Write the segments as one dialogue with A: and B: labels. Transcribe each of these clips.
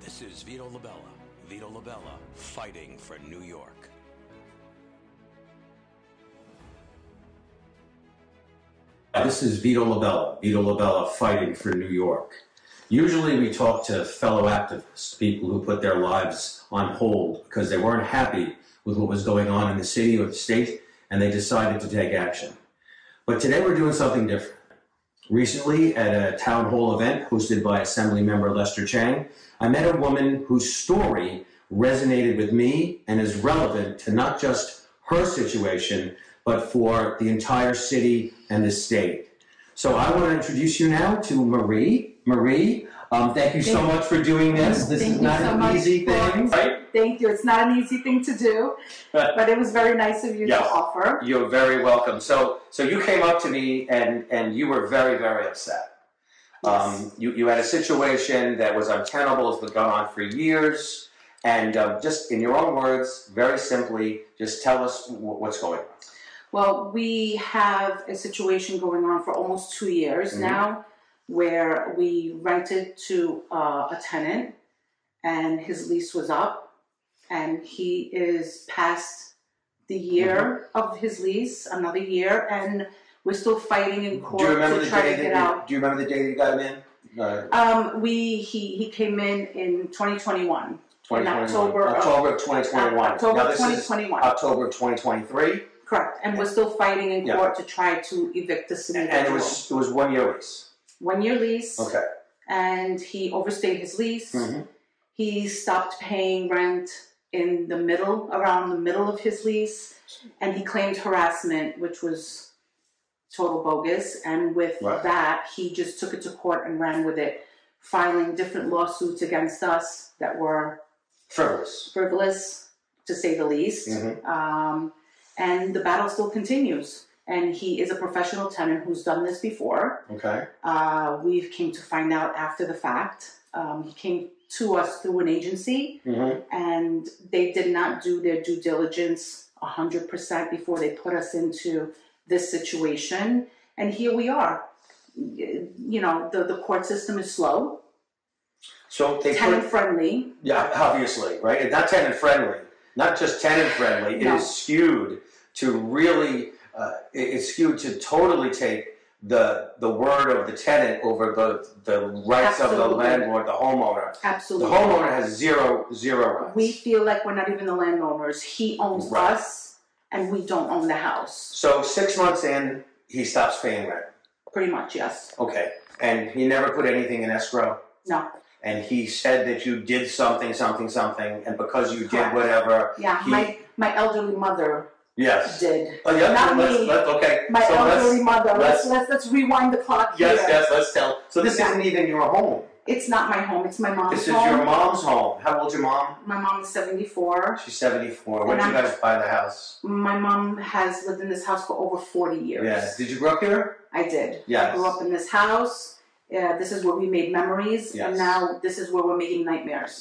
A: This is Vito Labella. Vito Labella, fighting for New York.
B: This is Vito Labella. Vito Labella fighting for New York. Usually we talk to fellow activists, people who put their lives on hold because they weren't happy with what was going on in the city or the state and they decided to take action. But today we're doing something different. Recently, at a town hall event hosted by Assemblymember Lester Chang, I met a woman whose story resonated with me and is relevant to not just her situation, but for the entire city and the state. So I want to introduce you now to Marie. Marie, um, thank you so
C: Thank-
B: much for doing this. This
C: Thank
B: is
C: you
B: not
C: so
B: an
C: much
B: easy
C: for-
B: thing. Right?
C: Thank you. It's not an easy thing to do, but it was very nice of you
B: Yes.
C: to offer.
B: You're very welcome. So, so you came up to me and and you were very very upset. Um, you you had a situation that was untenable. It's been going on for years. And um, just in your own words, very simply, just tell us w- what's going on.
C: Well, we have a situation going on for almost two years
B: Mhm.
C: now where we rented to uh, a tenant and his lease was up and he is past the year
B: Mm-hmm.
C: of his lease, another year, and we're still fighting in court
B: Do you remember
C: to
B: the
C: try
B: day
C: to
B: that
C: get
B: you,
C: out.
B: Do you remember the day that you got him in? Uh,
C: Um, we he he came in in 2021.
B: 2021.
C: October of-
B: October of 2021.
C: Uh, October
B: now this is
C: 2021.
B: October of 2023,
C: Correct, and we're still fighting in
B: Yeah.
C: court to try to evict this
B: and,
C: individual.
B: it was it was one year lease.
C: One year lease,
B: Okay.
C: and he overstayed his lease.
B: Mhm.
C: He stopped paying rent in the middle, around the middle of his lease, and he claimed harassment, which was total bogus. And with
B: Right.
C: that, he just took it to court and ran with it, filing different lawsuits against us that were
B: Frivolous.
C: frivolous, to say the least.
B: Mhm.
C: Um, and the battle still continues. And he is a professional tenant who's done this before.
B: Okay.
C: Uh, we came to find out after the fact. Um, he came to us through an agency,
B: Mm-hmm.
C: and they did not do their due diligence 100% before they put us into this situation. And here we are. Y- You know, the, the court system is slow,
B: So they put,
C: tenant friendly.
B: Yeah, obviously, right? And not tenant friendly. Not just tenant friendly. It
C: No.
B: is skewed to really. Uh, it- it's skewed to totally take the the word of the tenant over the the rights of the
C: Absolutely.
B: landlord, the homeowner. The
C: Absolutely.
B: homeowner has zero zero rights.
C: we feel like we're not even the landowners. He owns
B: Right.
C: us, and we don't own the house.
B: so six months in, he stops paying rent.
C: Pretty much, yes.
B: Okay, and he never put anything in escrow.
C: No,
B: And he said that you did something, something, something, and because you did
C: Correct.
B: whatever,
C: yeah.
B: He-
C: my my elderly mother
B: yes.
C: did.
B: Oh, yeah,
C: Not
B: let's-
C: me.
B: let's- okay.
C: My
B: so let's-
C: elderly mother.
B: let's-
C: Let's, let's let's rewind the clock
B: Yes,
C: here.
B: yes, let's tell. So this
C: Yeah.
B: isn't even your home.
C: It's not my home. It's my mom's
B: This is
C: home.
B: your mom's home. How old's your mom?
C: My mom is seventy four.
B: She's 74. When did you
C: And I'm-
B: guys buy the house?
C: My mom has lived in this house for over forty years.
B: Yeah. Did you grow up here?
C: I did. I
B: Yes.
C: grew up in this house. Uh, this is where we made memories,
B: Yes.
C: and now this is where we're making nightmares.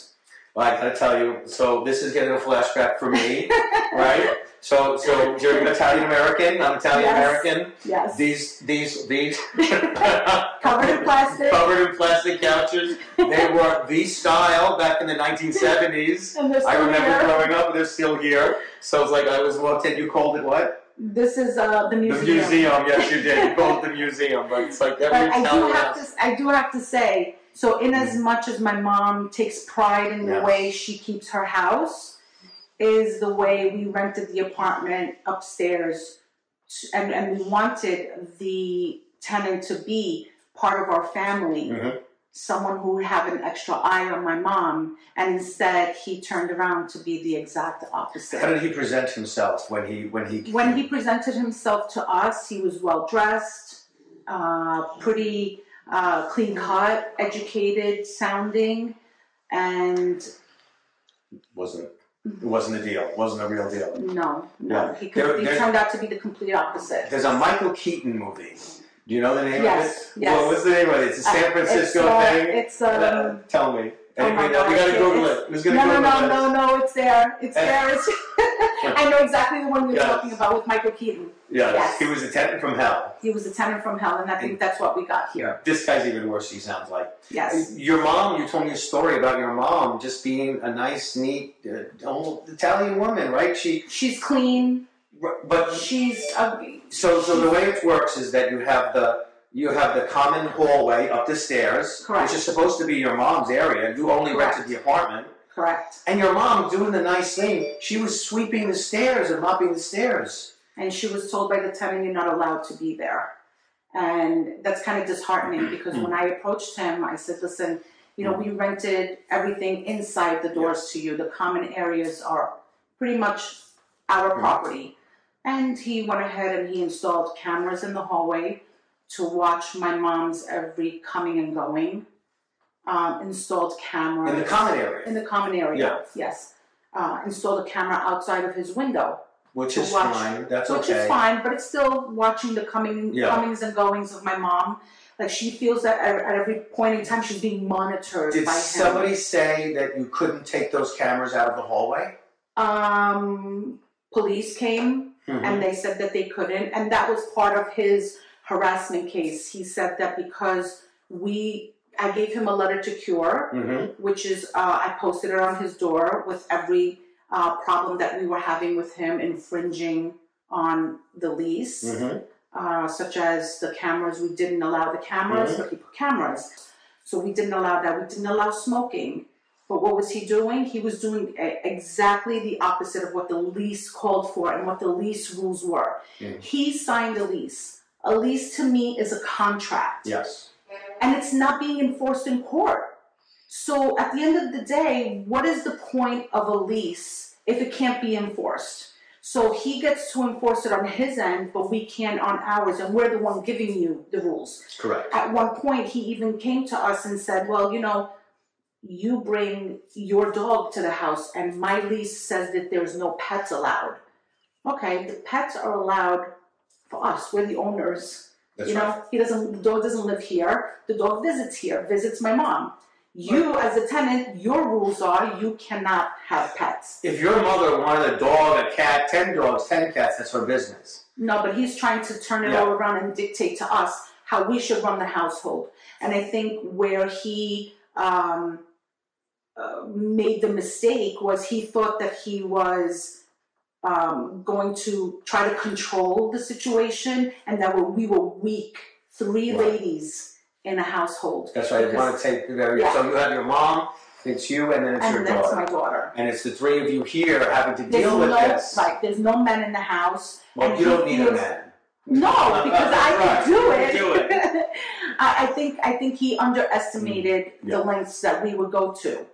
B: Well, I gotta tell you. So this is getting a flashback for me, right? So, so you're an Italian American. I'm Italian American.
C: Yes,
B: These, these, these
C: covered in plastic,
B: covered in plastic couches. They were the style back in the 1970s.
C: and this
B: I remember
C: here.
B: growing up. They're still here. So it's like I was walked in. You called it what?
C: This is uh, the
B: The
C: museum.
B: museum, yes, you did. You called it the museum, but it's like every
C: But I do
B: town
C: have
B: has-
C: to. I do have to say. So, in as much as my mom takes pride in
B: Mm-hmm.
C: the
B: Yes.
C: way she keeps her house, is the way we rented the apartment upstairs, t- and and we wanted the tenant to be part of our family.
B: Mhm.
C: Someone who would have an extra eye on my mom, and instead he turned around to be the exact opposite.
B: How did he present himself when he when he
C: when he presented himself to us, he was well dressed, uh, pretty uh, clean cut, educated sounding, and
B: wasn't
C: Mm-hmm.
B: it wasn't a deal, wasn't a real deal.
C: no, no,
B: Yeah.
C: he, could,
B: There-
C: he
B: there-
C: turned out to be the complete opposite.
B: There's a Michael Keaton movie. Do you know the name
C: Yes,
B: of it?
C: yes.
B: Well, what's the name of it? It's a San
C: Uh,
B: Francisco
C: it's, uh,
B: thing.
C: It's um,
B: Uh, tell me.
C: Oh my
B: Anybody know? We
C: God,
B: gotta
C: it's-
B: Google
C: it's-
B: it. Who's gonna
C: no,
B: Google
C: no,
B: it?
C: no, no, no, it's there. It's
B: Hey.
C: there. It's, I know exactly the one you're
B: Eh. Yes.
C: talking about with Michael Keaton.
B: Yes.
C: Yes.
B: He was a tenant from hell.
C: He was a tenant from hell, and I think that's what we got here.
B: This guy's even worse, he sounds like.
C: Yes.
B: Your mom, you told me a story about your mom just being a nice, neat, uh, old Italian woman, right? She,
C: She's clean.
B: but
C: She's a,
B: So, so the way it works is that you have the you have the common hallway up the stairs,
C: Correct.
B: which is supposed to be your mom's area. You only rented the apartment,
C: correct.
B: and your mom doing the nice thing. She was sweeping the stairs and mopping the stairs.
C: And she was told by the tenant, "You're not allowed to be there," and that's kind of disheartening because when I approached him, I said, "Listen, you know, we rented everything inside the doors to you. The common areas are pretty much our
B: Mhm.
C: property." And he went ahead and he installed cameras in the hallway to watch my mom's every coming and going. Um, installed cameras
B: in the common area,
C: in the common area.
B: Yeah.
C: Yes. Uh, installed a camera outside of his window,
B: which
C: to
B: is
C: watch-
B: fine. That's
C: which
B: okay.
C: is fine, but it's still watching the coming
B: Yeah.
C: comings and goings of my mom. Like she feels that at, at every point in time she's being monitored
B: Did
C: by him.
B: somebody say that you couldn't take those cameras out of the hallway?
C: Um, police came
B: Mhm.
C: and they said that they couldn't, and that was part of his harassment case. He said that because we, I gave him a letter to cure,
B: Mhm.
C: which is uh, I posted it on his door with every uh, problem that we were having with him infringing on the lease,
B: Mhm.
C: uh, such as the cameras. We didn't allow the cameras, but he put cameras. So we didn't allow that. We didn't allow smoking. But what was he doing? He was doing e- exactly the opposite of what the lease called for and what the lease rules were.
B: Mhm.
C: He signed a lease. A lease to me is a contract
B: Yes.
C: and it's not being enforced in court. So at the end of the day, what is the point of a lease if it can't be enforced? So he gets to enforce it on his end, but we can on ours, and we're the one giving you the rules.
B: Correct.
C: At one point, he even came to us and said, Well, you know, you bring your dog to the house, and my lease says that there's no pets allowed. Okay, the pets are allowed for us, we're the owners
B: That's
C: you know,
B: right.
C: he doesn't. The dog doesn't live here. The dog visits here. Visits my mom. You, as a tenant, your rules are you cannot have pets.
B: If your mother wanted a dog, a cat, ten dogs, ten cats, that's her business.
C: No, but he's trying to turn it
B: Yeah.
C: all around and dictate to us how we should run the household. And I think where he um, uh, made the mistake was he thought that he was. Um, going to try to control the situation, and that we were weak. Three
B: Right.
C: ladies in a household.
B: That's right. You
C: Because-
B: want to take the very.
C: Yeah.
B: So you have your mom, it's you, and then it's your
C: and that's
B: daughter,
C: my daughter.
B: and it's the three of you here having to
C: There's
B: deal with
C: no
B: this.
C: like, there's no men in the house.
B: well,
C: and
B: you
C: he
B: don't need a
C: feels-
B: man.
C: No, because I
B: Right.
C: can do it.
B: You can do
C: I, I think I think he underestimated
B: Mm, Yeah.
C: the lengths that we would go to,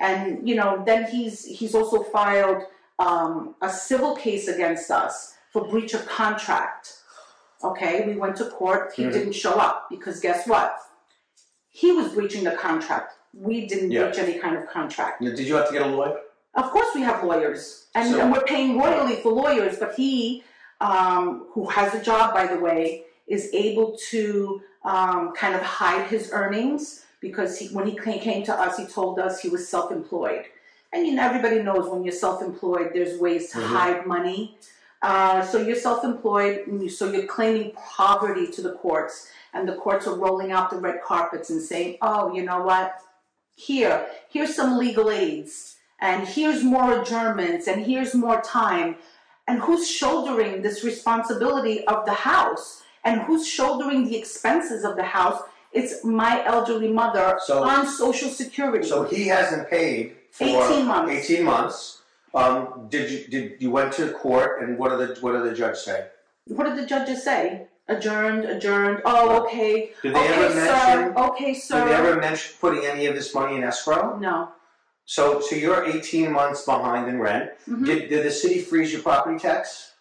C: and you know, then he's he's also filed um, a civil case against us for breach of contract. Okay, we went to court. He
B: Mhm.
C: didn't show up because guess what? He was breaching the contract. We didn't
B: Yeah.
C: breach any kind of contract.
B: Now, Did you have to get a lawyer?
C: Of course, we have lawyers, and,
B: So-
C: and we're paying royally for lawyers. But he, um, who has a job, by the way, is able to um, kind of hide his earnings because he, when he ca- came to us, he told us he was self-employed. And you know, everybody knows when you're self-employed, there's ways to
B: Mhm.
C: hide money. Uh, so you're self-employed, and you- so you're claiming poverty to the courts, and the courts are rolling out the red carpets and saying, "Oh, you know what? Here, here's some legal aids, and here's more adjournments, and here's more time." And who's shouldering this responsibility of the house? And who's shouldering the expenses of the house? It's my elderly mother
B: So-
C: on Social Security.
B: So he hasn't paid for
C: 18 months.
B: Eighteen months. Um, did you did you went to court and what did the what did the judge say?
C: what did the judges say? Adjourned, adjourned. Oh, okay.
B: Did they
C: okay,
B: ever
C: sir.
B: mention?
C: Okay, sir.
B: Did they ever mention putting any of this money in escrow?
C: no.
B: So so you're eighteen months behind in rent.
C: Mhm.
B: Did did the city freeze your property tax?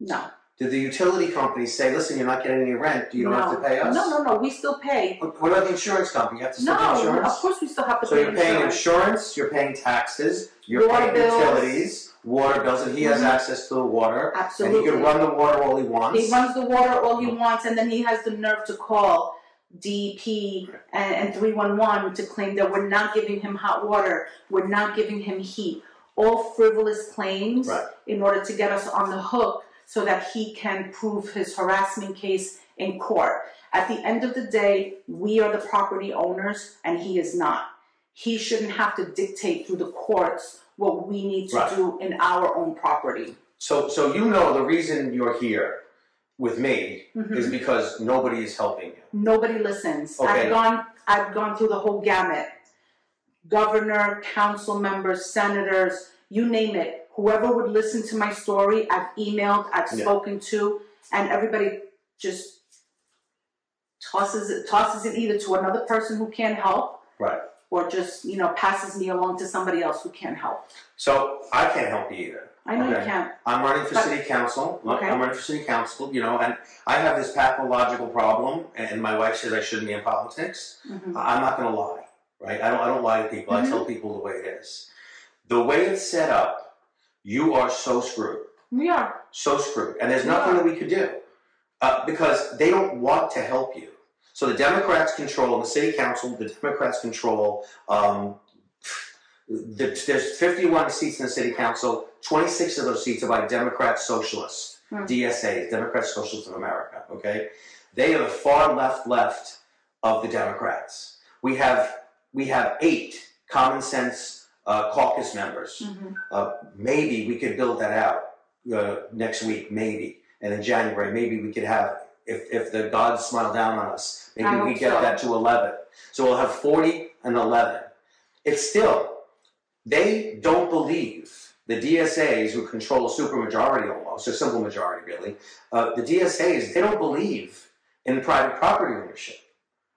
C: No.
B: Did the utility company say, listen, you're not getting any rent, you don't
C: no.
B: have to pay us?
C: No, no, no. We still pay.
B: What what about the insurance company? You have to still pay
C: No,
B: insurance?
C: of course we still have to
B: So
C: pay
B: you're paying
C: insurance.
B: insurance, you're paying taxes, you're
C: Water
B: paying
C: bills.
B: utilities, water bills, and he has
C: Mhm.
B: access to the water. And
C: Absolutely.
B: he can run the water all he wants. Oh.
C: He runs the water all he wants, and then he has the nerve to call DEP and, and 311 to claim that we're not giving him hot water, we're not giving him heat. All frivolous claims
B: Right.
C: in order to get us on the hook so that he can prove his harassment case in court. At the end of the day, we are the property owners and he is not. He shouldn't have to dictate through the courts what we need to
B: Right.
C: do in our own property.
B: So, so you know the reason you're here with me
C: Mhm.
B: is because nobody is helping you.
C: Nobody listens.
B: Okay.
C: I've gone I've gone through the whole gamut. Governor, council members, senators, you name it. Whoever would listen to my story, I've emailed, I've
B: Yeah.
C: spoken to, and everybody just tosses it tosses it either to another person who can't help
B: Right.
C: or just, you know, passes me along to somebody else who can't help.
B: So I can't help you either.
C: I know
B: Okay.
C: you can't.
B: I'm running for
C: But-
B: city council. Look,
C: Okay.
B: I'm running for city council, you know, and I have this pathological problem, and my wife says I shouldn't be in politics.
C: Mhm.
B: I- I'm not going to lie, right? I don't, I don't lie to people.
C: Mm-hmm.
B: I tell people the way it is. The way it's set up, you are so screwed.
C: We are.
B: So screwed. And there's nothing that we could do uh, because they don't want to help you. So the Democrats control the city council, the Democrats control. Um, the, there's 51 seats in the city council. 26 of those seats are by Democrat socialists,
C: Hmm.
B: DSAs, Democrat Socialists of America. Okay, they are the far left left of the Democrats. We have we have eight common sense uh, caucus members.
C: Mhm.
B: Uh, maybe we could build that out uh, next week, maybe, and in January, maybe we could have if if the gods smile down on us, maybe
C: I
B: we
C: hope
B: get
C: so.
B: that to eleven. So we'll have forty and eleven. It's still they don't believe the DSAs who control a supermajority almost, a simple majority really. Uh, the DSAs they don't believe in private property ownership,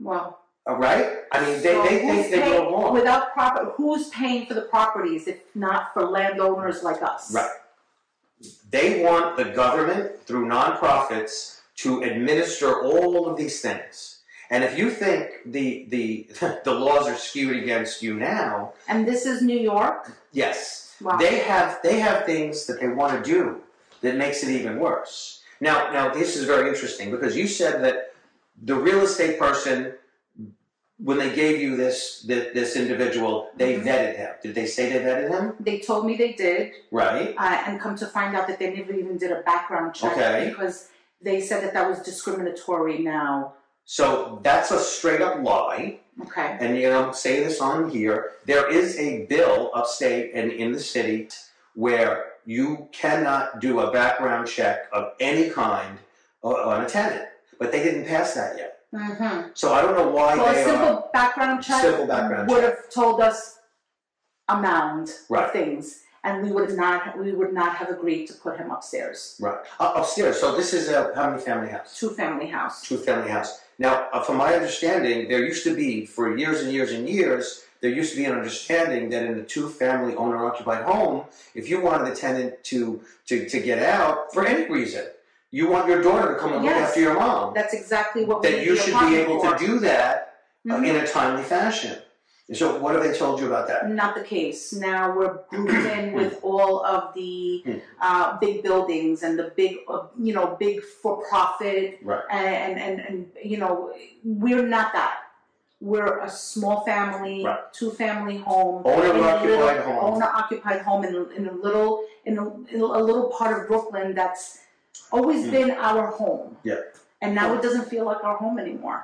C: Well,
B: uh, right? I mean, they,
C: So
B: they
C: who's
B: think they
C: paying-
B: know more.
C: Without proper, who's paying for the properties if not for landowners like us?
B: Right. They want the government through nonprofits to administer all of these things. And if you think the the the laws are skewed against you now,
C: And this is New York?
B: yes,
C: Wow.
B: they have they have things that they want to do that makes it even worse. Now, now this is very interesting because you said that the real estate person, when they gave you this this, this individual, they
C: Mhm.
B: vetted him. Did they say they vetted him?
C: They told me they did,
B: Right.
C: uh, and come to find out that they never even did a background check
B: Okay.
C: because they said that that was discriminatory now.
B: So that's a straight up lie.
C: Okay.
B: and you know, I'm saying this on here, there is a bill upstate and in the city where you cannot do a background check of any kind o- on a tenant. But they didn't pass that yet.
C: Mm-hmm.
B: So I don't know why
C: Well,
B: they
C: a
B: are.
C: simple background check
B: Simple background
C: would have told us amount
B: Right.
C: of things, and we would not we would not have agreed to put him upstairs.
B: Right. Uh, upstairs. So this is a how many family house?
C: Two family house.
B: Two family house. Now, uh, from my understanding, there used to be, for years and years and years, there used to be an understanding that in a two family owner occupied home, if you wanted the tenant to, to, to get out for any reason, you want your daughter to come and look
C: Yes.
B: after your mom,
C: That's exactly what we
B: that
C: need
B: you
C: the
B: should be
C: apartment
B: able
C: for.
B: to do that uh,
C: Mhm.
B: in a timely fashion. And So, what have they told you about that? Hmm.
C: not the case. Now we're grouped in with all of the uh, big buildings and the big, uh, you know, big for profit,
B: Right.
C: and, and and you know, we're not that. We're a small family,
B: Right.
C: two family home,
B: Owner occupied
C: little-
B: home.
C: owner occupied home in, in a little in a, in a little part of Brooklyn that's always
B: Mm.
C: been our home.
B: Yeah.
C: And now it doesn't feel like our home anymore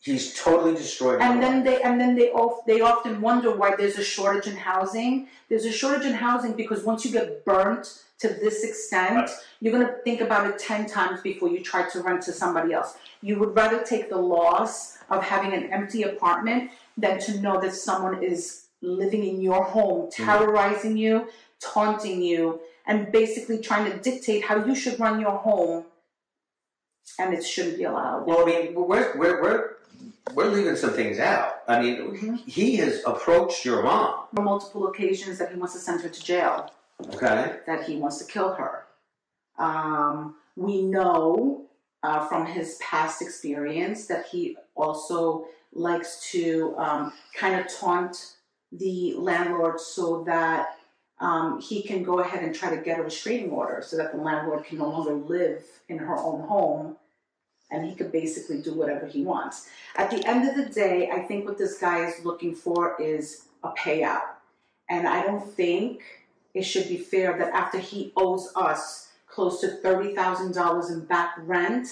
B: He's totally destroyed.
C: and
B: her
C: then
B: life.
C: they and then they of, they often wonder why there's a shortage in housing. There's a shortage in housing because once you get burnt to this extent,
B: Right.
C: you're gonna think about it ten times before you try to rent to somebody else. You would rather take the loss of having an empty apartment than to know that someone is living in your home, terrorizing you, taunting you, and basically trying to dictate how you should run your home, and it shouldn't be allowed.
B: Well, I mean, we're, we're, we're, we're leaving some things out. I mean,
C: Mhm.
B: he has approached your mom.
C: On multiple occasions, that he wants to send her to jail.
B: Okay.
C: that he wants to kill her. Um, we know uh, from his past experience that he also likes to um, kind of taunt the landlord so that um, he can go ahead and try to get a restraining order so that the landlord can no longer live in her own home and he could basically do whatever he wants. At the end of the day, I think what this guy is looking for is a payout. And I don't think it should be fair that after he owes us close to $30,000 in back rent,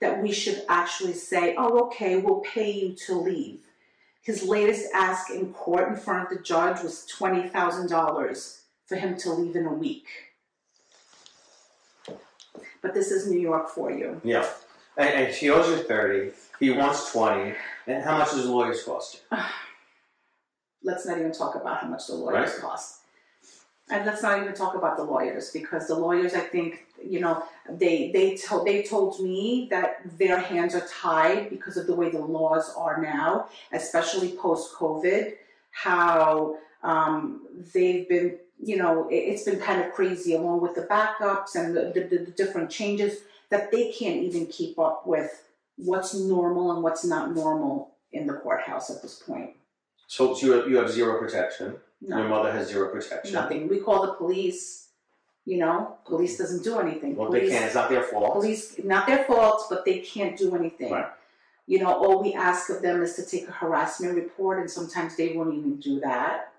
C: that we should actually say, oh, okay, we'll pay you to leave. His latest ask in court in front of the judge was $20,000 for him to leave in a week. But this is New York for you.
B: Yeah. And, and she owes you 30. He wants 20. And how much does lawyers cost you?
C: Let's not even talk about how much the lawyers
B: Right.
C: cost. And let's not even talk about the lawyers because the lawyers, I think, you know, they they told they told me that their hands are tied because of the way the laws are now, especially post COVID. How um, they've been, you know, it, has been kind of crazy, along with the backups and the, the, the different changes that they can't even keep up with what's normal and what's not normal in the courthouse at this point.
B: So, so you, have, you have zero protection. Your
C: No,
B: mother has zero protection.
C: nothing. We call the police. You know, police doesn't do anything.
B: Well, they
C: police,
B: can't. It's not their fault.
C: police not their fault, but they can't do anything.
B: Right.
C: You know, all we ask of them is to take a harassment report, and sometimes they won't even do that,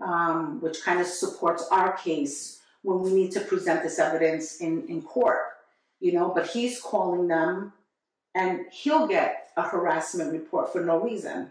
C: um, which kind of supports our case when we need to present this evidence in, in court. You know, but he's calling them, and he'll get a harassment report for no reason,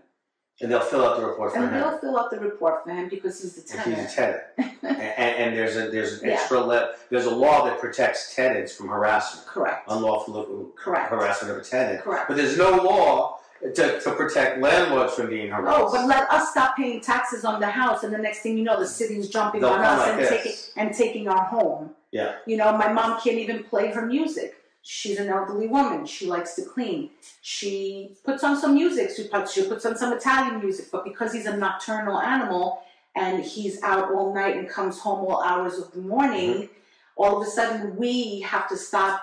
B: And they'll fill out the report for
C: and
B: him.
C: they'll fill out the report for him because he's the
B: If he's a
C: tenant.
B: tenant. and, and there's a there's an
C: Yeah.
B: extra le- there's a law that protects tenants from harassment,
C: Correct.
B: unlawful
C: Correct.
B: harassment of a tenant.
C: Correct.
B: But there's no law to, to protect landlords from being
C: Oh,
B: harassed.
C: but let us stop paying taxes on the house, and the next thing you know, the city's jumping
B: They'll
C: on
B: come
C: us
B: like
C: and
B: this.
C: taking and taking our home.
B: Yeah.
C: You know, my mom can't even play her music. She's an elderly woman. She likes to clean. She puts on some music. She puts she puts on some Italian music, but because he's a nocturnal animal and he's out all night and comes home all hours of the morning,
B: Mm-hmm.
C: all of a sudden we have to stop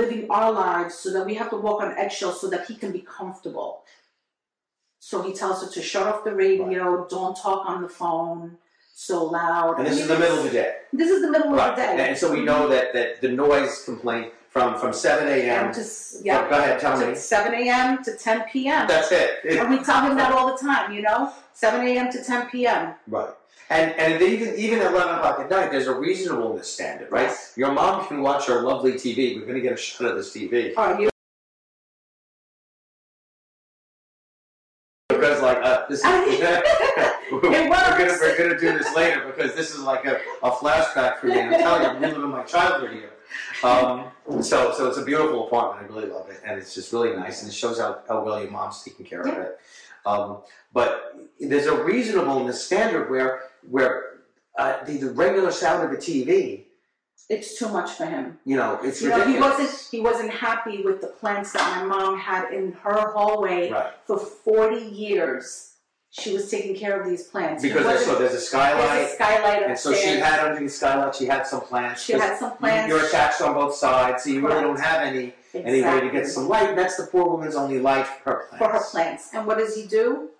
C: living our lives so that we have to walk on eggshells so that he can be comfortable. So he tells her to shut off the radio, don't talk on the phone so loud.
B: and
C: I
B: this
C: mean,
B: is the middle of the day.
C: This is the middle
B: Right.
C: of the day.
B: And so we know that, that the noise complaint from, from 7 a.m.
C: And to, s- yeah,
B: Oh, go ahead, tell
C: to
B: me.
C: 7 a.m. to 10 p.m.
B: That's it. It-
C: and we tell him that all the time, you know? 7 a.m. to 10 p.m.
B: Right. And and they even even at eleven o'clock at night, there's a reasonableness standard, right?
C: Yes.
B: Your mom can watch her lovely TV. We're gonna get a shot of this TV
C: Are you?
B: because like uh, this is. we're, gonna,
C: works.
B: we're gonna do this later because this is like a, a flashback for me. I'm telling you, I'm reliving my childhood here. Um, so so it's a beautiful apartment. I really love it, and it's just really nice, and it shows how, how well your mom's taking care of it. Um, but there's a reasonableness standard where where uh, the, the regular sound of a TV
C: It's too much for him.
B: You know, it's
C: You know, he
B: ridiculous.
C: wasn't he wasn't happy with the plants that my mom had in her hallway
B: right
C: for 40 years. She was taking care of these plants. He
B: because there's, so
C: wasn't-
B: there's a skylight,
C: there's a skylight
B: and so she
C: upstairs.
B: had under the skylight. She had some plants.
C: She had some plants.
B: You're attached on both sides, so you really
C: Correct.
B: don't have any any way to
C: Exactly.
B: get some light. That's the poor woman's only light. Her plants.
C: for her plants. And what does he do?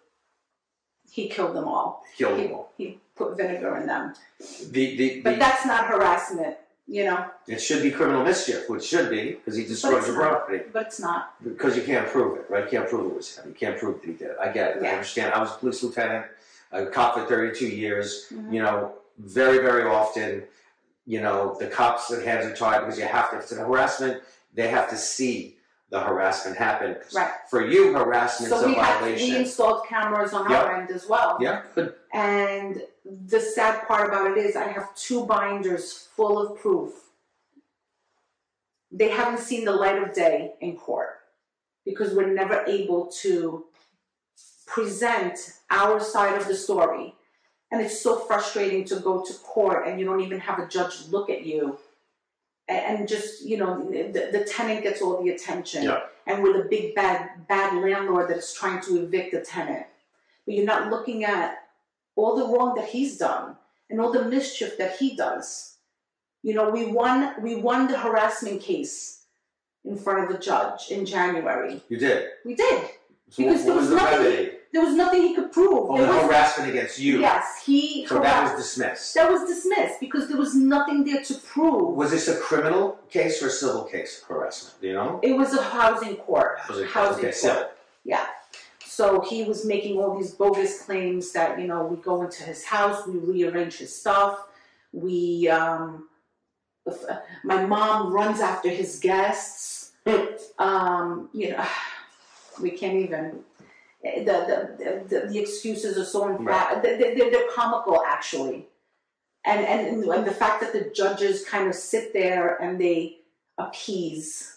C: He killed them all.
B: Kill
C: He,
B: them all.
C: he put vinegar in them.
B: The, the,
C: But
B: the,
C: that's not harassment, you know.
B: it should be criminal mischief, which should be because he destroyed
C: it's
B: your
C: not.
B: property.
C: But it's not.
B: Because you can't prove it, right? You can't prove it was him. You can't prove that he did it. I get it. I
C: Yeah.
B: understand. I was a police lieutenant, a cop for 32 years.
C: Mhm.
B: You know, very, very often, you know, the cops' their hands are tied because you have to, if it's a harassment, they have to see the harassment happen.
C: Right.
B: For you, harassment's
C: So
B: a
C: we had we
B: violation.
C: installed cameras on
B: Yep.
C: our end as well.
B: yeah, good.
C: And the sad part about it is I have two binders full of proof. They haven't seen the light of day in court because we're never able to present our side of the story. And it's so frustrating to go to court and you don't even have a judge look at you. A- And just, you know, the, the tenant gets all the attention.
B: Yeah.
C: And we're the big bad, bad landlord that is trying to evict the tenant. But you're not looking at all the wrong that he's done and all the mischief that he does. You know, we won we won the harassment case in front of the judge in January.
B: You did.
C: We did.
B: So
C: Because
B: what,
C: there
B: what was
C: was
B: the
C: nothing-
B: remedy?
C: There was nothing he could prove.
B: Oh,
C: There
B: the
C: was-
B: harassment against you.
C: Yes, he
B: So that was
C: harassed-
B: dismissed.
C: that was dismissed because there was nothing there to prove.
B: Was this a criminal case or a civil case of harassment? Do you know?
C: It was a housing court.
B: Was it-
C: housing
B: okay, civil.
C: Yeah. So he was making all these bogus claims that, you know, we go into his house, we rearrange his stuff, we, um, if- uh, my mom runs after his guests. um, you know, we can't even. eh, The, the, the, the excuses are so infa-
B: Right.
C: they, they- they're, they're comical actually and, and and the fact that the judges kind of sit there and they appease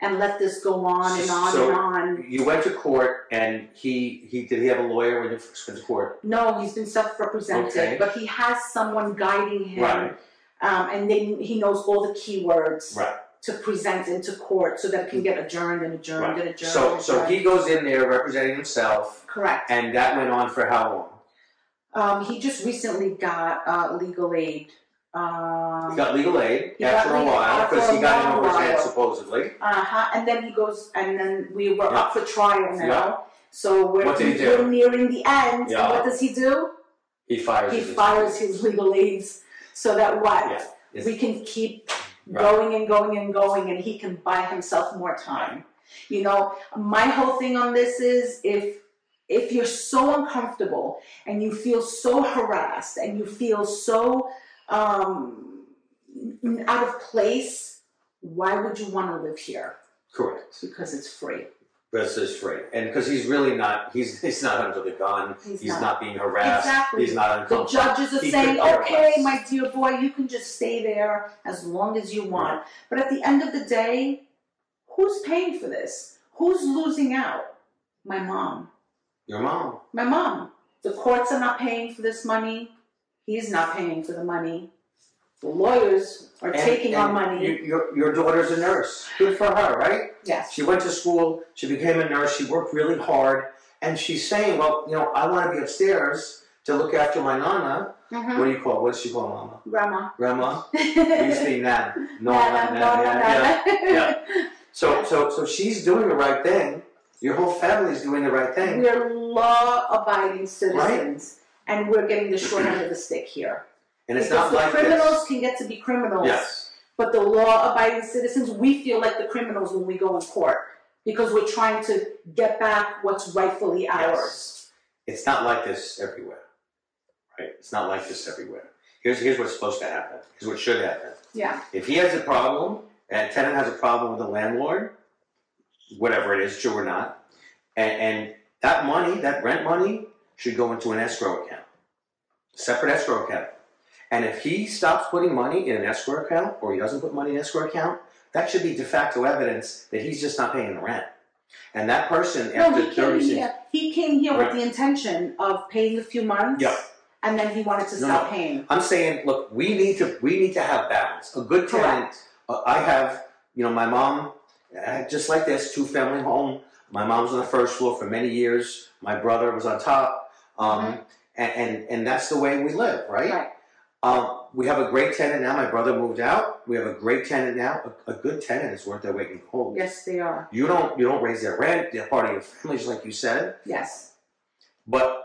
C: and let this go on and on
B: So-
C: and on
B: You went to court, and he he did he have a lawyer when you first went to court?
C: No, he's been self-represented,
B: Okay.
C: but he has someone guiding him,
B: Right,
C: um, and then he knows all the keywords
B: right,
C: to present into court so that it can get adjourned and adjourned and
B: right.
C: adjourned.
B: So
C: and
B: so
C: adjourned.
B: he goes in there representing himself,
C: correct.
B: and that went on for how long?
C: Um, he just recently got uh, legal aid. Um,
B: He got legal aid
C: He got
B: after a
C: legal
B: while
C: after
B: because he
C: a
B: got it
C: long
B: over his head
C: while.
B: supposedly.
C: uh-huh, and then he goes, and then we were
B: Yeah.
C: up for trial now.
B: Yeah.
C: So we're,
B: What did he do?
C: we're nearing the end.
B: Yeah.
C: And what does he do?
B: He fires.
C: He
B: his-
C: fires his legal aides so that what?
B: Yeah. Yes.
C: we can keep
B: Right.
C: going and going and going and he can buy himself more time you know my whole thing on this is if if you're so uncomfortable and you feel so harassed and you feel so um, n- out of place why would you want to live here
B: Correct.
C: because it's free
B: This is free, and because he's really not, he's he's not under the gun. He's,
C: He's
B: not.
C: not.
B: being harassed.
C: Exactly.
B: He's not
C: the
B: uncomfortable.
C: judges are
B: He
C: saying
B: could care
C: okay
B: less.
C: my dear boy you can just stay there as long as you want But at the end of the day, who's paying for this? Who's losing out? My mom.
B: Your mom.
C: My mom. The courts are not paying for this money. He's not paying for the money. The lawyers are
B: And-
C: taking
B: and
C: our money.
B: you- your, your daughter's a nurse. Good for her, right?
C: yes.
B: She went to school. She became a nurse. She worked really hard, and she's saying, "Well, you know, I want to be upstairs to look after my nana.
C: Mhm.
B: What do you call? What does she call nana?
C: Grandma.
B: Grandma? We used to
C: no,
B: be nana. No,
C: no, no, no,
B: yeah.
C: no.
B: So, so, so she's doing the right thing. Your whole family's doing the right thing.
C: We're law-abiding citizens, and we're getting the short end of the stick here.
B: And it's
C: because
B: not like
C: the criminals
B: this.
C: can get to be criminals.
B: Yes.
C: But the law-abiding citizens, we feel like the criminals when we go in court because we're trying to get back what's rightfully ours.
B: It's not like this everywhere. Right? It's not like this everywhere. Here's here's what's supposed to happen. Here's what should happen.
C: Yeah.
B: If he has a problem, and a tenant has a problem with the landlord, whatever it is, true or not, and, and that money, that rent money, should go into an escrow account, separate escrow account. And if he stops putting money in an escrow account, or he doesn't put money in an escrow account, that should be de facto evidence that he's just not paying the rent. And that person,
C: no,
B: after
C: he came
B: 30
C: here. He came here
B: Right.
C: with the intention of paying a few months.
B: Yeah.
C: And then he wanted to
B: No,
C: stop
B: no.
C: paying.
B: I'm saying, look, we need to we need to have balance. A good tenant.
C: Correct.
B: uh, I have, you know, my mom, uh, just like this, two family home. My mom was on the first floor for many years. My brother was on top, um, and, and and that's the way we live, right?
C: Mm-hmm. Right.
B: Um, we have a great tenant now. My brother moved out. We have a great tenant now. A, a good tenant is worth their weight in gold.
C: Yes, they are.
B: You don't you don't raise their rent. They're part of your family, just like you said.
C: Yes.
B: But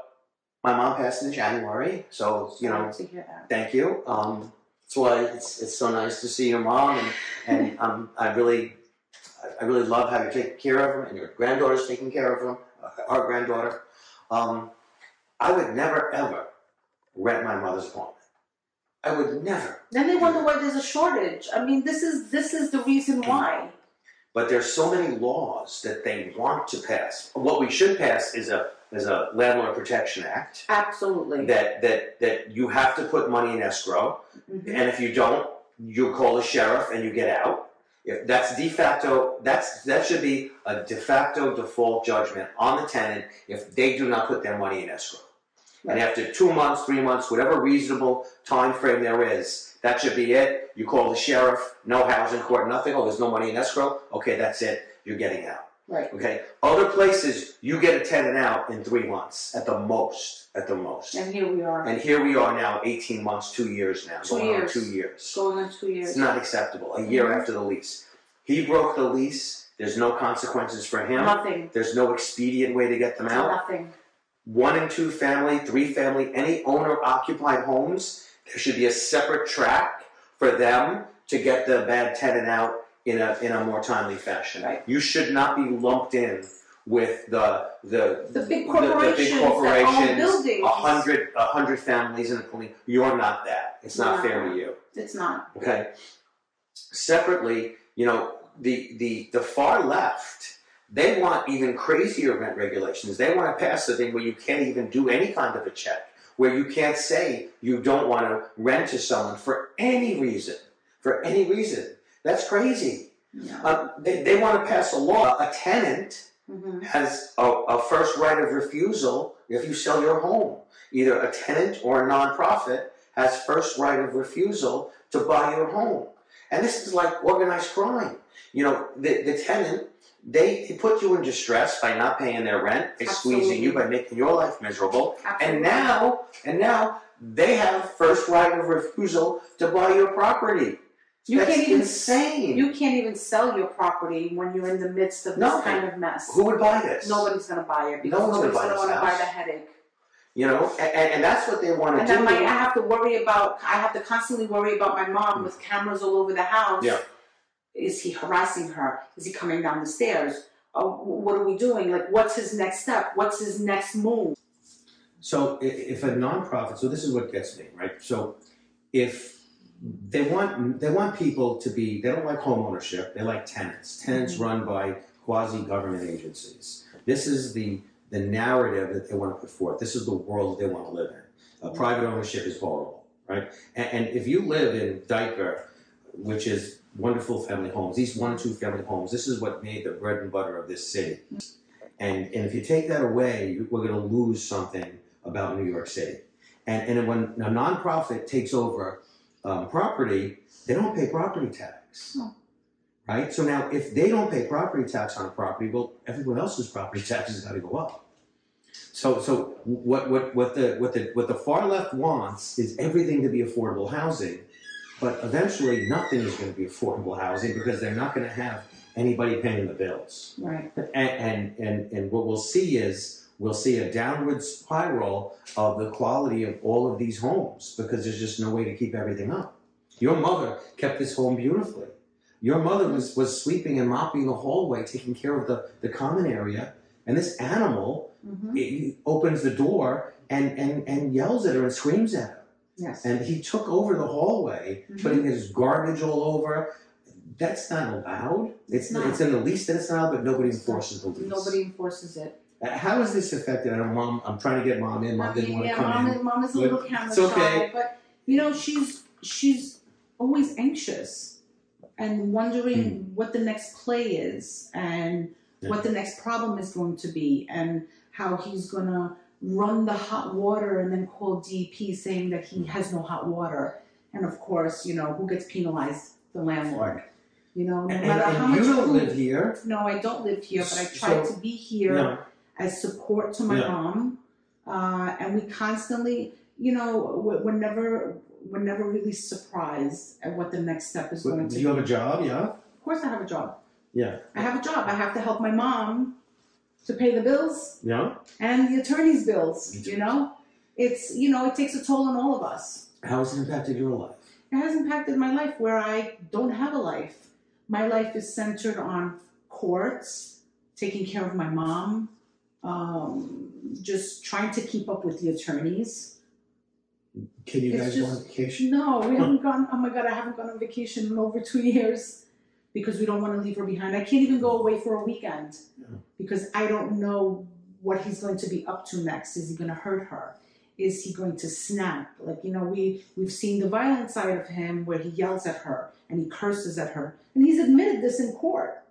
B: my mom passed in January, so you know
C: Sorry to hear that.
B: Thank you. Um, that's why it's, it's so nice to see your mom, and, and um, I really, I really love how you're taking care of him, and your granddaughter's taking care of him, uh, our granddaughter. Um, I would never ever rent my mother's apartment. I would never.
C: Then they wonder why there's a shortage. I mean, this is this is the reason
B: Mm.
C: why.
B: But there's so many laws that they want to pass. What we should pass is a is a landlord protection act
C: Absolutely.
B: that that that you have to put money in escrow.
C: Mhm.
B: And if you don't, you call the sheriff and you get out. If that's de facto, that's that should be a de facto default judgment on the tenant if they do not put their money in escrow. And
C: Right.
B: after two months, three months, whatever reasonable time frame there is, that should be it. You call the sheriff, no housing court, nothing. Oh, there's no money in escrow. Okay, that's it. You're getting out.
C: Right.
B: Okay. Other places, you get a tenant out in three months at the most. At the most.
C: And here we are.
B: And here we are now, 18 months, two years now,
C: Two
B: going on
C: years.
B: two years.
C: going on two years. Mm-hmm.
B: It's not acceptable. A year after the lease, he broke the lease. There- There's no consequences for him.
C: Nothing.
B: There's no expedient way to get them out.
C: Nothing.
B: One and two family, three family, any owner occupied homes, there should be a separate track for them to get the bad tenant out in a, in a more timely fashion.
C: Right.
B: You should not be lumped in with the the
C: The big
B: the big
C: corporations that own
B: corporations,
C: buildings.
B: a hundred a hundred families in a building. You're not that. It's not
C: No.
B: fair to you.
C: It's not.
B: Okay. Separately, you know, the the the far left, they want even crazier rent regulations. They want to pass the thing where you can't even do any kind of a check, where you can't say you don't want to rent to someone for any reason. For any reason. That's crazy.
C: No.
B: Uh, they, they want to pass a law. A tenant
C: hmm
B: has a, a first right of refusal if you sell your home. Either a tenant or a nonprofit has first right of refusal to buy your home. And this is like organized crime. You know, the, the tenant, they, they put you in distress by not paying their rent, by squeezing you, by making your life miserable. And now, and now, they have first right of refusal to buy your property.
C: you
B: That's
C: can't even
B: insane.
C: you can't even sell your property when you're in the midst of this
B: Nothing.
C: kind of mess.
B: Who would buy this?
C: Nobody's gonna buy it because
B: No one's gonna
C: nobody's
B: buy
C: gonna
B: this
C: want to buy
B: house.
C: the headache.
B: You know, and, and, and that's what they want to
C: And
B: do.
C: then my, I have to worry about, I have to constantly worry about my mom with cameras all over the house.
B: Yeah.
C: Is he harassing her? Is he coming down the stairs? Oh, wh- what are we doing? Like, what's his next step? What's his next move?
B: So i- if a nonprofit, so this is what gets me, right? So if they want they want people to be they don't like home ownership, they like tenants. Tenants run by quasi government agencies. This is the the narrative that they want to put forth. This is the world they want to live in. Uh, private ownership is horrible, right? And, and if you live in Diker, which is wonderful family homes, these one and two family homes, this is what made the bread and butter of this city. And, and if you take that away, you- we're going to lose something about New York City. And, and when a nonprofit takes over um, property, they don't pay property tax.
C: No.
B: Right? So now, if they don't pay property tax on a property, well, everyone else's property tax has got to go up. So, so what, what, what, the, what, the, what the far left wants is everything to be affordable housing, but eventually nothing is going to be affordable housing because they're not going to have anybody paying the bills
C: Right.
B: and, and and and what we'll see is we'll see a downward spiral of the quality of all of these homes because there's just no way to keep everything up. Your mother kept this home beautifully. Your mother was was sweeping and mopping the hallway, taking care of the, the common area, and this animal
C: hmm
B: it opens the door and, and, and yells at her and screams at her
C: Yes.
B: and he took over the hallway,
C: Mhm.
B: putting his garbage all over. That's not allowed. It's
C: It's not.
B: it's in the lease that it's allowed, but nobody enforces the lease.
C: Nobody enforces it.
B: Uh, How is this affected? I know mom. I'm trying to get mom in. Mom
C: I
B: didn't
C: mean,
B: want to
C: yeah,
B: come
C: mom,
B: in.
C: is- mom is a
B: Look,
C: little camera
B: it's okay.
C: shy, but you know, she's she's always anxious and wondering
B: Hmm.
C: what the next play is and what the next problem is going to be and how he's gonna run the hot water and then call DP saying that
B: Hmm.
C: he has no hot water. And of course, you know, who gets penalized? The landlord. You know, no
B: And,
C: matter
B: and-
C: how
B: and
C: much
B: you don't
C: proof-
B: live here.
C: No, I don't live here, but I try
B: So-
C: to be here
B: No.
C: as support to my
B: Yeah.
C: mom, uh, and we constantly, you know, we- we're never we're never really surprised at what the next step is going
B: But
C: to
B: Do
C: be.
B: you have a job? Yeah.
C: of course, I have a job.
B: Yeah.
C: I have a job. I have to help my mom to pay the bills
B: Yeah.
C: and the attorney's bills. You know, it's you know it takes a toll on all of us.
B: How has it impacted your life?
C: It has impacted my life where I don't have a life. My life is centered on courts, taking care of my mom, um, just trying to keep up with the attorneys.
B: Can you
C: It's
B: guys go
C: just-
B: on vacation?
C: No, we haven't gone. Oh my God, I haven't gone on vacation in over two years because we don't want to leave her behind. I can't even go away for a weekend
B: Yeah.
C: because I don't know what he's going to be up to next. Is he going to hurt her? Is he going to snap? Like you know, we we've seen the violent side of him where he yells at her and he curses at her, and he's admitted this in court.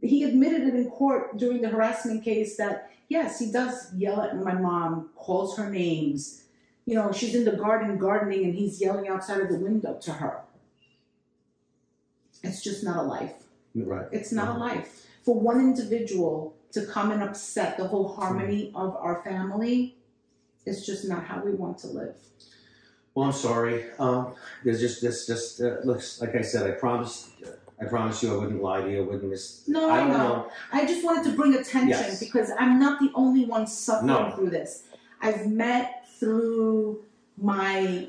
C: He admitted it in court during the harassment case that yes, he does yell at my mom, calls her names, you know, she's in the garden gardening and he's yelling outside of the window to her. It's just not a life.
B: Right.
C: It's not
B: Mhm.
C: a life. For one individual to come and upset the whole harmony
B: Mm-hmm.
C: of our family, it's just not how we want to live.
B: Well, I'm sorry. Um, there's just this. Just uh, looks like I said. I promised uh, I promise you, I wouldn't lie to you. I wouldn't miss.
C: No,
B: I don't
C: I know. I just wanted to bring attention
B: Yes.
C: because I'm not the only one suffering
B: No.
C: through this. I've met through my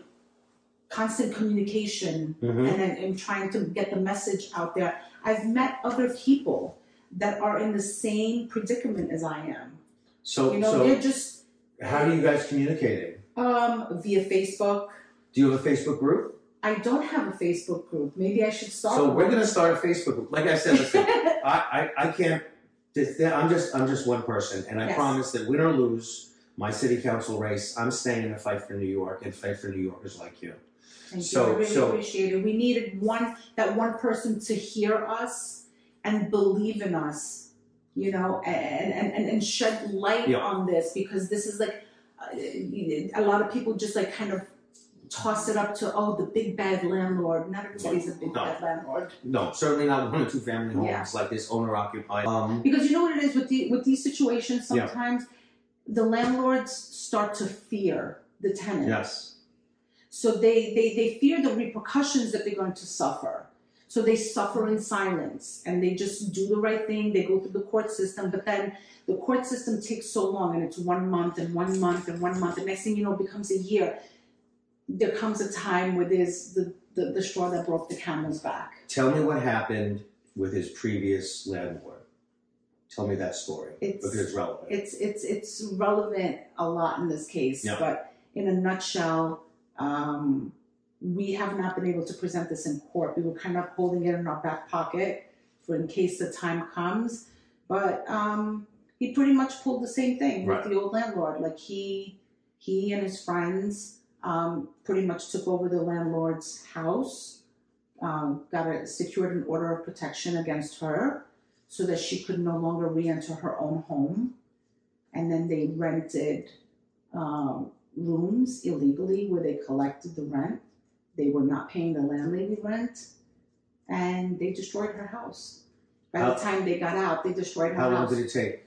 C: constant communication
B: Mhm.
C: and, and trying to get the message out there. I've met other people that are in the same predicament as I am.
B: So,
C: You know,
B: so
C: they're just
B: how do you guys communicate?
C: um, via Facebook.
B: Do you have a Facebook group?
C: I don't have a Facebook group. Maybe I should start.
B: So
C: one.
B: we're gonna start a Facebook group. Like I said, listen, I, I, I can't. this- that- I'm just I'm just one person, and I
C: Yes.
B: promise that win or lose my city council race, I'm staying in a fight for New York and fight for New Yorkers like you.
C: Thank
B: So-
C: you. I really
B: so-
C: appreciate it. We needed one that one person to hear us and believe in us, you know, and and, and, and shed light
B: Yeah.
C: on this because this is like uh, a lot of people just like kind of toss it up to oh the big bad landlord. Not everybody's a big
B: No.
C: bad landlord
B: No, certainly not one or two family homes
C: Yeah.
B: like this owner occupied. Um,
C: because you know what it is with the with these situations
B: Yeah.
C: sometimes the landlords start to fear the tenant.
B: yes,
C: So they, they, they fear the repercussions that they're going to suffer. So they suffer in silence and they just do the right thing. They go through the court system, but then the court system takes so long and it's one month and one month and one month. The next thing you know, it becomes a year. There comes a time where there's the, the, the straw that broke the camel's back.
B: tell me what happened with his previous landlord. Tell me that story
C: It's-
B: because it's relevant.
C: It's, it's, it's relevant a lot in this case,
B: Yeah.
C: but in a nutshell, um, we have not been able to present this in court. We were kind of holding it in our back pocket for in case the time comes. But um, he pretty much pulled the same thing
B: Right.
C: with the old landlord. Like he, he and his friends um, pretty much took over the landlord's house, um, got a secured an order of protection against her, so that she could no longer re-enter her own home. And then they rented um, rooms illegally where they collected the rent. They were not paying the landlady rent, and they destroyed her house. By
B: How-
C: the time they got out, they destroyed her
B: How long
C: house.
B: did it take?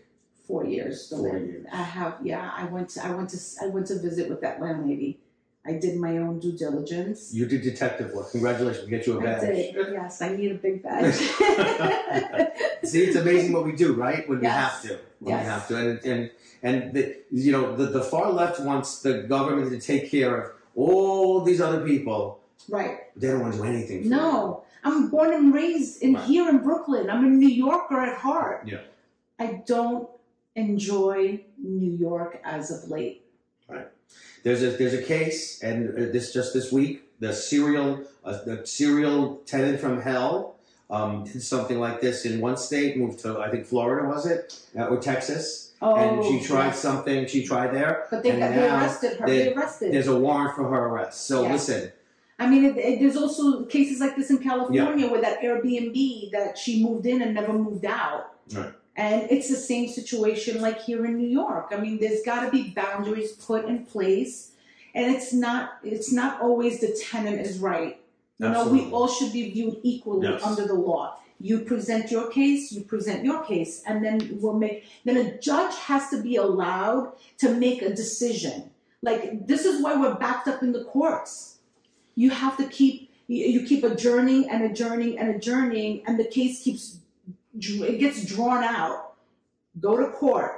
C: Four years. the
B: Four
C: land-
B: years.
C: I have. Yeah, I went. To, I went to. I went to visit with that landlady. I did my own due diligence.
B: You did detective work. Congratulations, we get you a
C: I
B: badge.
C: did. Yes, I need a big badge.
B: See, it's amazing what we do, right? When
C: Yes.
B: we have to, when
C: Yes.
B: we have to, and and and the, you know the, the far left wants the government to take care of all these other people.
C: right.
B: They don't want to do anything. For
C: No, I'm born and raised in
B: Right.
C: here in Brooklyn. I'm a New Yorker at heart.
B: Yeah.
C: I don't enjoy New York as of late.
B: them. There's a there's a case, and uh, this just this week, the serial uh, the serial tenant from hell um, did something like this in one state, moved to I think Florida was it uh, or Texas,
C: Oh,
B: and she tried
C: yes.
B: something. She tried there.
C: But they
B: and
C: got they
B: now
C: arrested her.
B: they-
C: They, arrested.
B: There's a warrant for her arrest. So
C: Yes.
B: listen.
C: I mean, it, it, there's also cases like this in California where that Airbnb that she moved in and never moved out.
B: Right.
C: And it's the same situation like here in New York. I mean, there's got to be boundaries put in place, and it's not it's not always the tenant is right. You know,
B: Absolutely.
C: we all should be viewed equally
B: Yes.
C: under the law. You present your case, you present your case, and then we'll make. Then a judge has to be allowed to make a decision. Like this is why we're backed up in the courts. You have to keep you, you keep adjourning and adjourning and adjourning, and the case keeps dr- it gets drawn out. Go to court,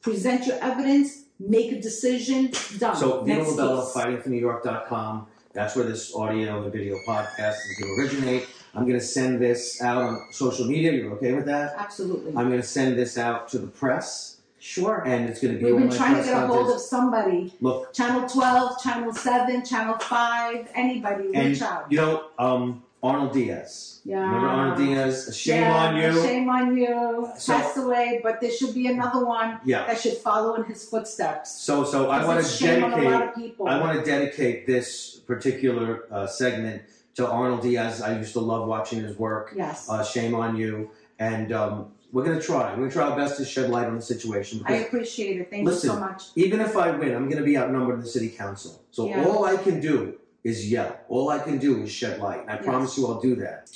C: present your evidence, make a decision. Done.
B: So Vito
C: Next
B: Labella,
C: case.
B: fightingfornewyork.com. That's where this audio and video podcast is going to originate. I'm going to send this out on social media. You're okay with that?
C: Absolutely.
B: I'm going to send this out to the press,
C: sure.
B: and it's going to be
C: We've
B: on
C: been
B: my
C: trying to
B: press
C: get a hold of
B: conference.
C: somebody.
B: Look,
C: Channel 12, Channel 7, Channel 5, anybody,
B: and
C: reach out.
B: you know, um, Arnold Diaz.
C: Yeah.
B: Remember Arnold Diaz? Shame
C: Ah. Yeah,
B: on you.
C: Shame on you.
B: So-
C: Passed away, but there should be another one
B: Yeah.
C: that should follow in his footsteps.
B: So, so I
C: Because
B: want
C: it's
B: to
C: shame on a
B: dedicate.
C: lot of people.
B: I want to dedicate this particular uh, segment to Arnold Diaz. I used to love watching his work.
C: yes.
B: uh, shame on you. And um, we're going to try. We're going to try our best to shed light on the situation.
C: I
B: Because
C: appreciate it. Thank you
B: Listen,
C: so much.
B: even if I win, I'm going to be outnumbered in the city council. So
C: Yeah.
B: all I can do is yell. All I can do is shed light. And I
C: Yes.
B: promise you I'll do that.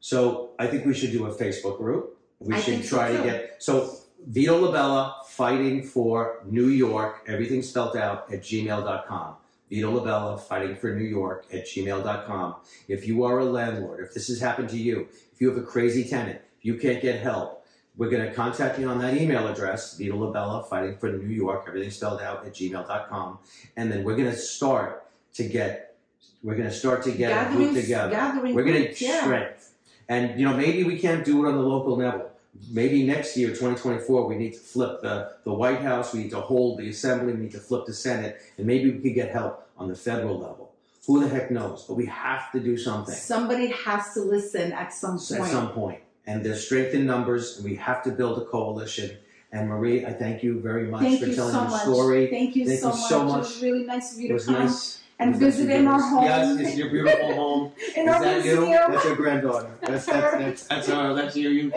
B: So I think we should do a Facebook group. We
C: I
B: should
C: think so,
B: try to
C: too.
B: get. So Vito Labella fighting for New York, everything spelled out at gmail.com. Vito Labella, fighting for New York at gmail.com. If you are a landlord, if this has happened to you, if you have a crazy tenant, if you can't get help, we're going to contact you on that email address, Vito Labella, fighting for New York, everything spelled out at gmail.com. And then we're going to start to get, we're going to start to get a group
C: Gatherings-
B: together.
C: gathering
B: We're going to
C: groups, yeah.
B: strength. And, you know, maybe we can't do it on the local level. Maybe next year, 2024, we need to flip the, the White House, we need to hold the Assembly, we need to flip the Senate, and maybe we could get help on the federal level. Who the heck knows? But we have to do something
D: Somebody has to listen at some
B: at
D: point.
B: some point. And there's strength in numbers, and we have to build a coalition. And Marie, I thank you very much
D: Thank
B: for
D: you
B: telling
D: so
B: your
D: much.
B: story.
D: Thank you
B: Thank
D: so,
B: you
D: much.
B: so
D: It was really nice of you
B: It was
D: to come
B: nice.
D: and
B: It was nice
D: visit
B: to
D: in
B: do
D: our
B: this.
D: home.
B: Yes, it's your beautiful home.
D: in
B: Is
D: our
B: that you?
D: museum.
B: That's your granddaughter. That's that's that's that's, our, that's your you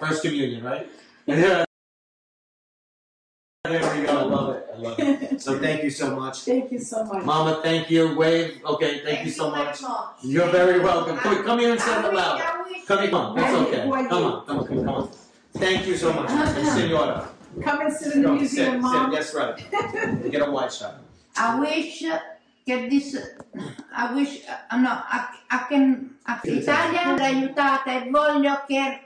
B: first communion, right? Yeah. There we go. I love it. I love it. So thank you so much,
D: Thank you so much.
B: Mama. Thank you. Wave. Okay. Thank, you so
E: very
B: much. You're very welcome. Quick, come here and stand
E: I
B: it
E: wish-
B: loud.
E: I wish-
B: Come here, come on. That's
D: Ready?
B: okay.
D: Who are you?
B: Come on. Come on. Come on. Thank you so much, Senora.
D: Come and sit in the
B: Come, sit,
D: museum,
B: sit.
D: Mom.
B: Yes, right. Get a wide shot.
E: I wish uh, get this. uh, I wish uh, no. I, I can. A L'Italia l'aiutate e voglio che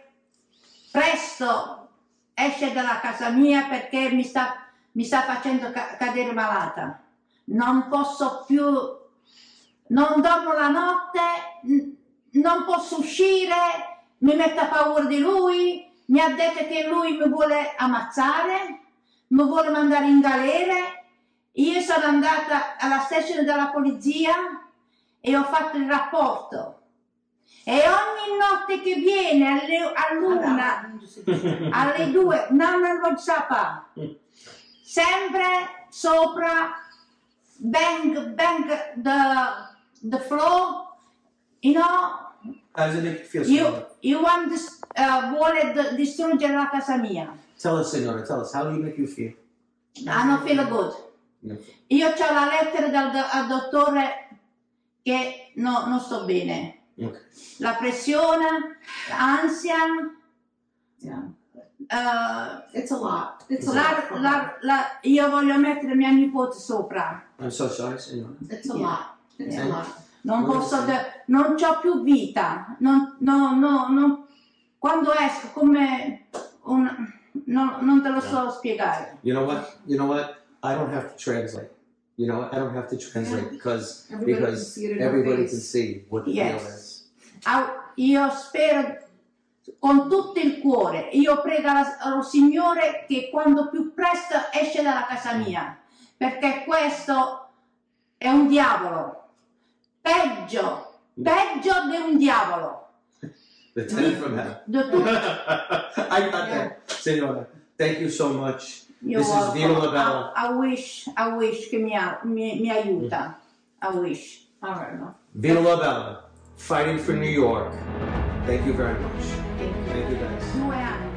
E: presto esce dalla casa mia perché mi sta, mi sta facendo ca- cadere malata. Non posso più. Non dormo la notte. n- non posso uscire. Mi mette a paura di lui. Mi ha detto che lui mi vuole ammazzare. Mi vuole mandare in galera. Io sono andata alla station della polizia e ho fatto il rapporto. E ogni notte che viene alle, all'una, alle due, non lo sapeva. Sempre sopra, bang, bang the, the floor, you know,
B: How does it make you feel,
E: you,
B: Senora?
E: you want dis- eh, vuole d- distruggere la casa mia.
B: Tell us, Senora. Tell us. How do you make you feel?
E: I don't feel good.
B: No.
E: Io ho la lettera dal do- al dottore che no- non sto bene.
B: Okay.
E: La pressione, l'ansia,
D: Yeah.
E: eh,
D: It's a lot. It's a lot.
E: la-
D: for her.
E: la- la- io voglio mettere mia nipote sopra.
B: I'm so sorry, Senora.
D: It's a
E: Yeah.
D: lot. It's
B: Yeah.
D: a lot.
E: Non
B: Quello
E: posso,
B: sì.
E: de- non ho più vita. Non, no, no, no. Quando esco come un... no- non te lo so spiegare.
B: You know what? You know what? I don't have to translate. You know, what? I don't have to translate because
D: Everybody can
B: because
D: see it in her
B: everybody
D: face.
B: can see what the
E: Yes.
B: deal is.
E: Ah, Io spero con tutto il cuore, io prego alla- al Signore che quando più presto esce dalla casa mia, perché questo è un diavolo, peggio, peggio di un diavolo.
B: The tenant from hell.
E: Di tutto-
B: I got that, Senora. Thank you so much.
E: io
B: This is
E: ho-
B: Vito Labella.
E: I, I wish, I wish che mi, a- mi- mi aiuta,
B: Mm-hmm.
E: I wish.
D: All right, Mom.
B: Vito LaBella, fighting for New York. Thank you very much. Thank you guys.
E: Due anni.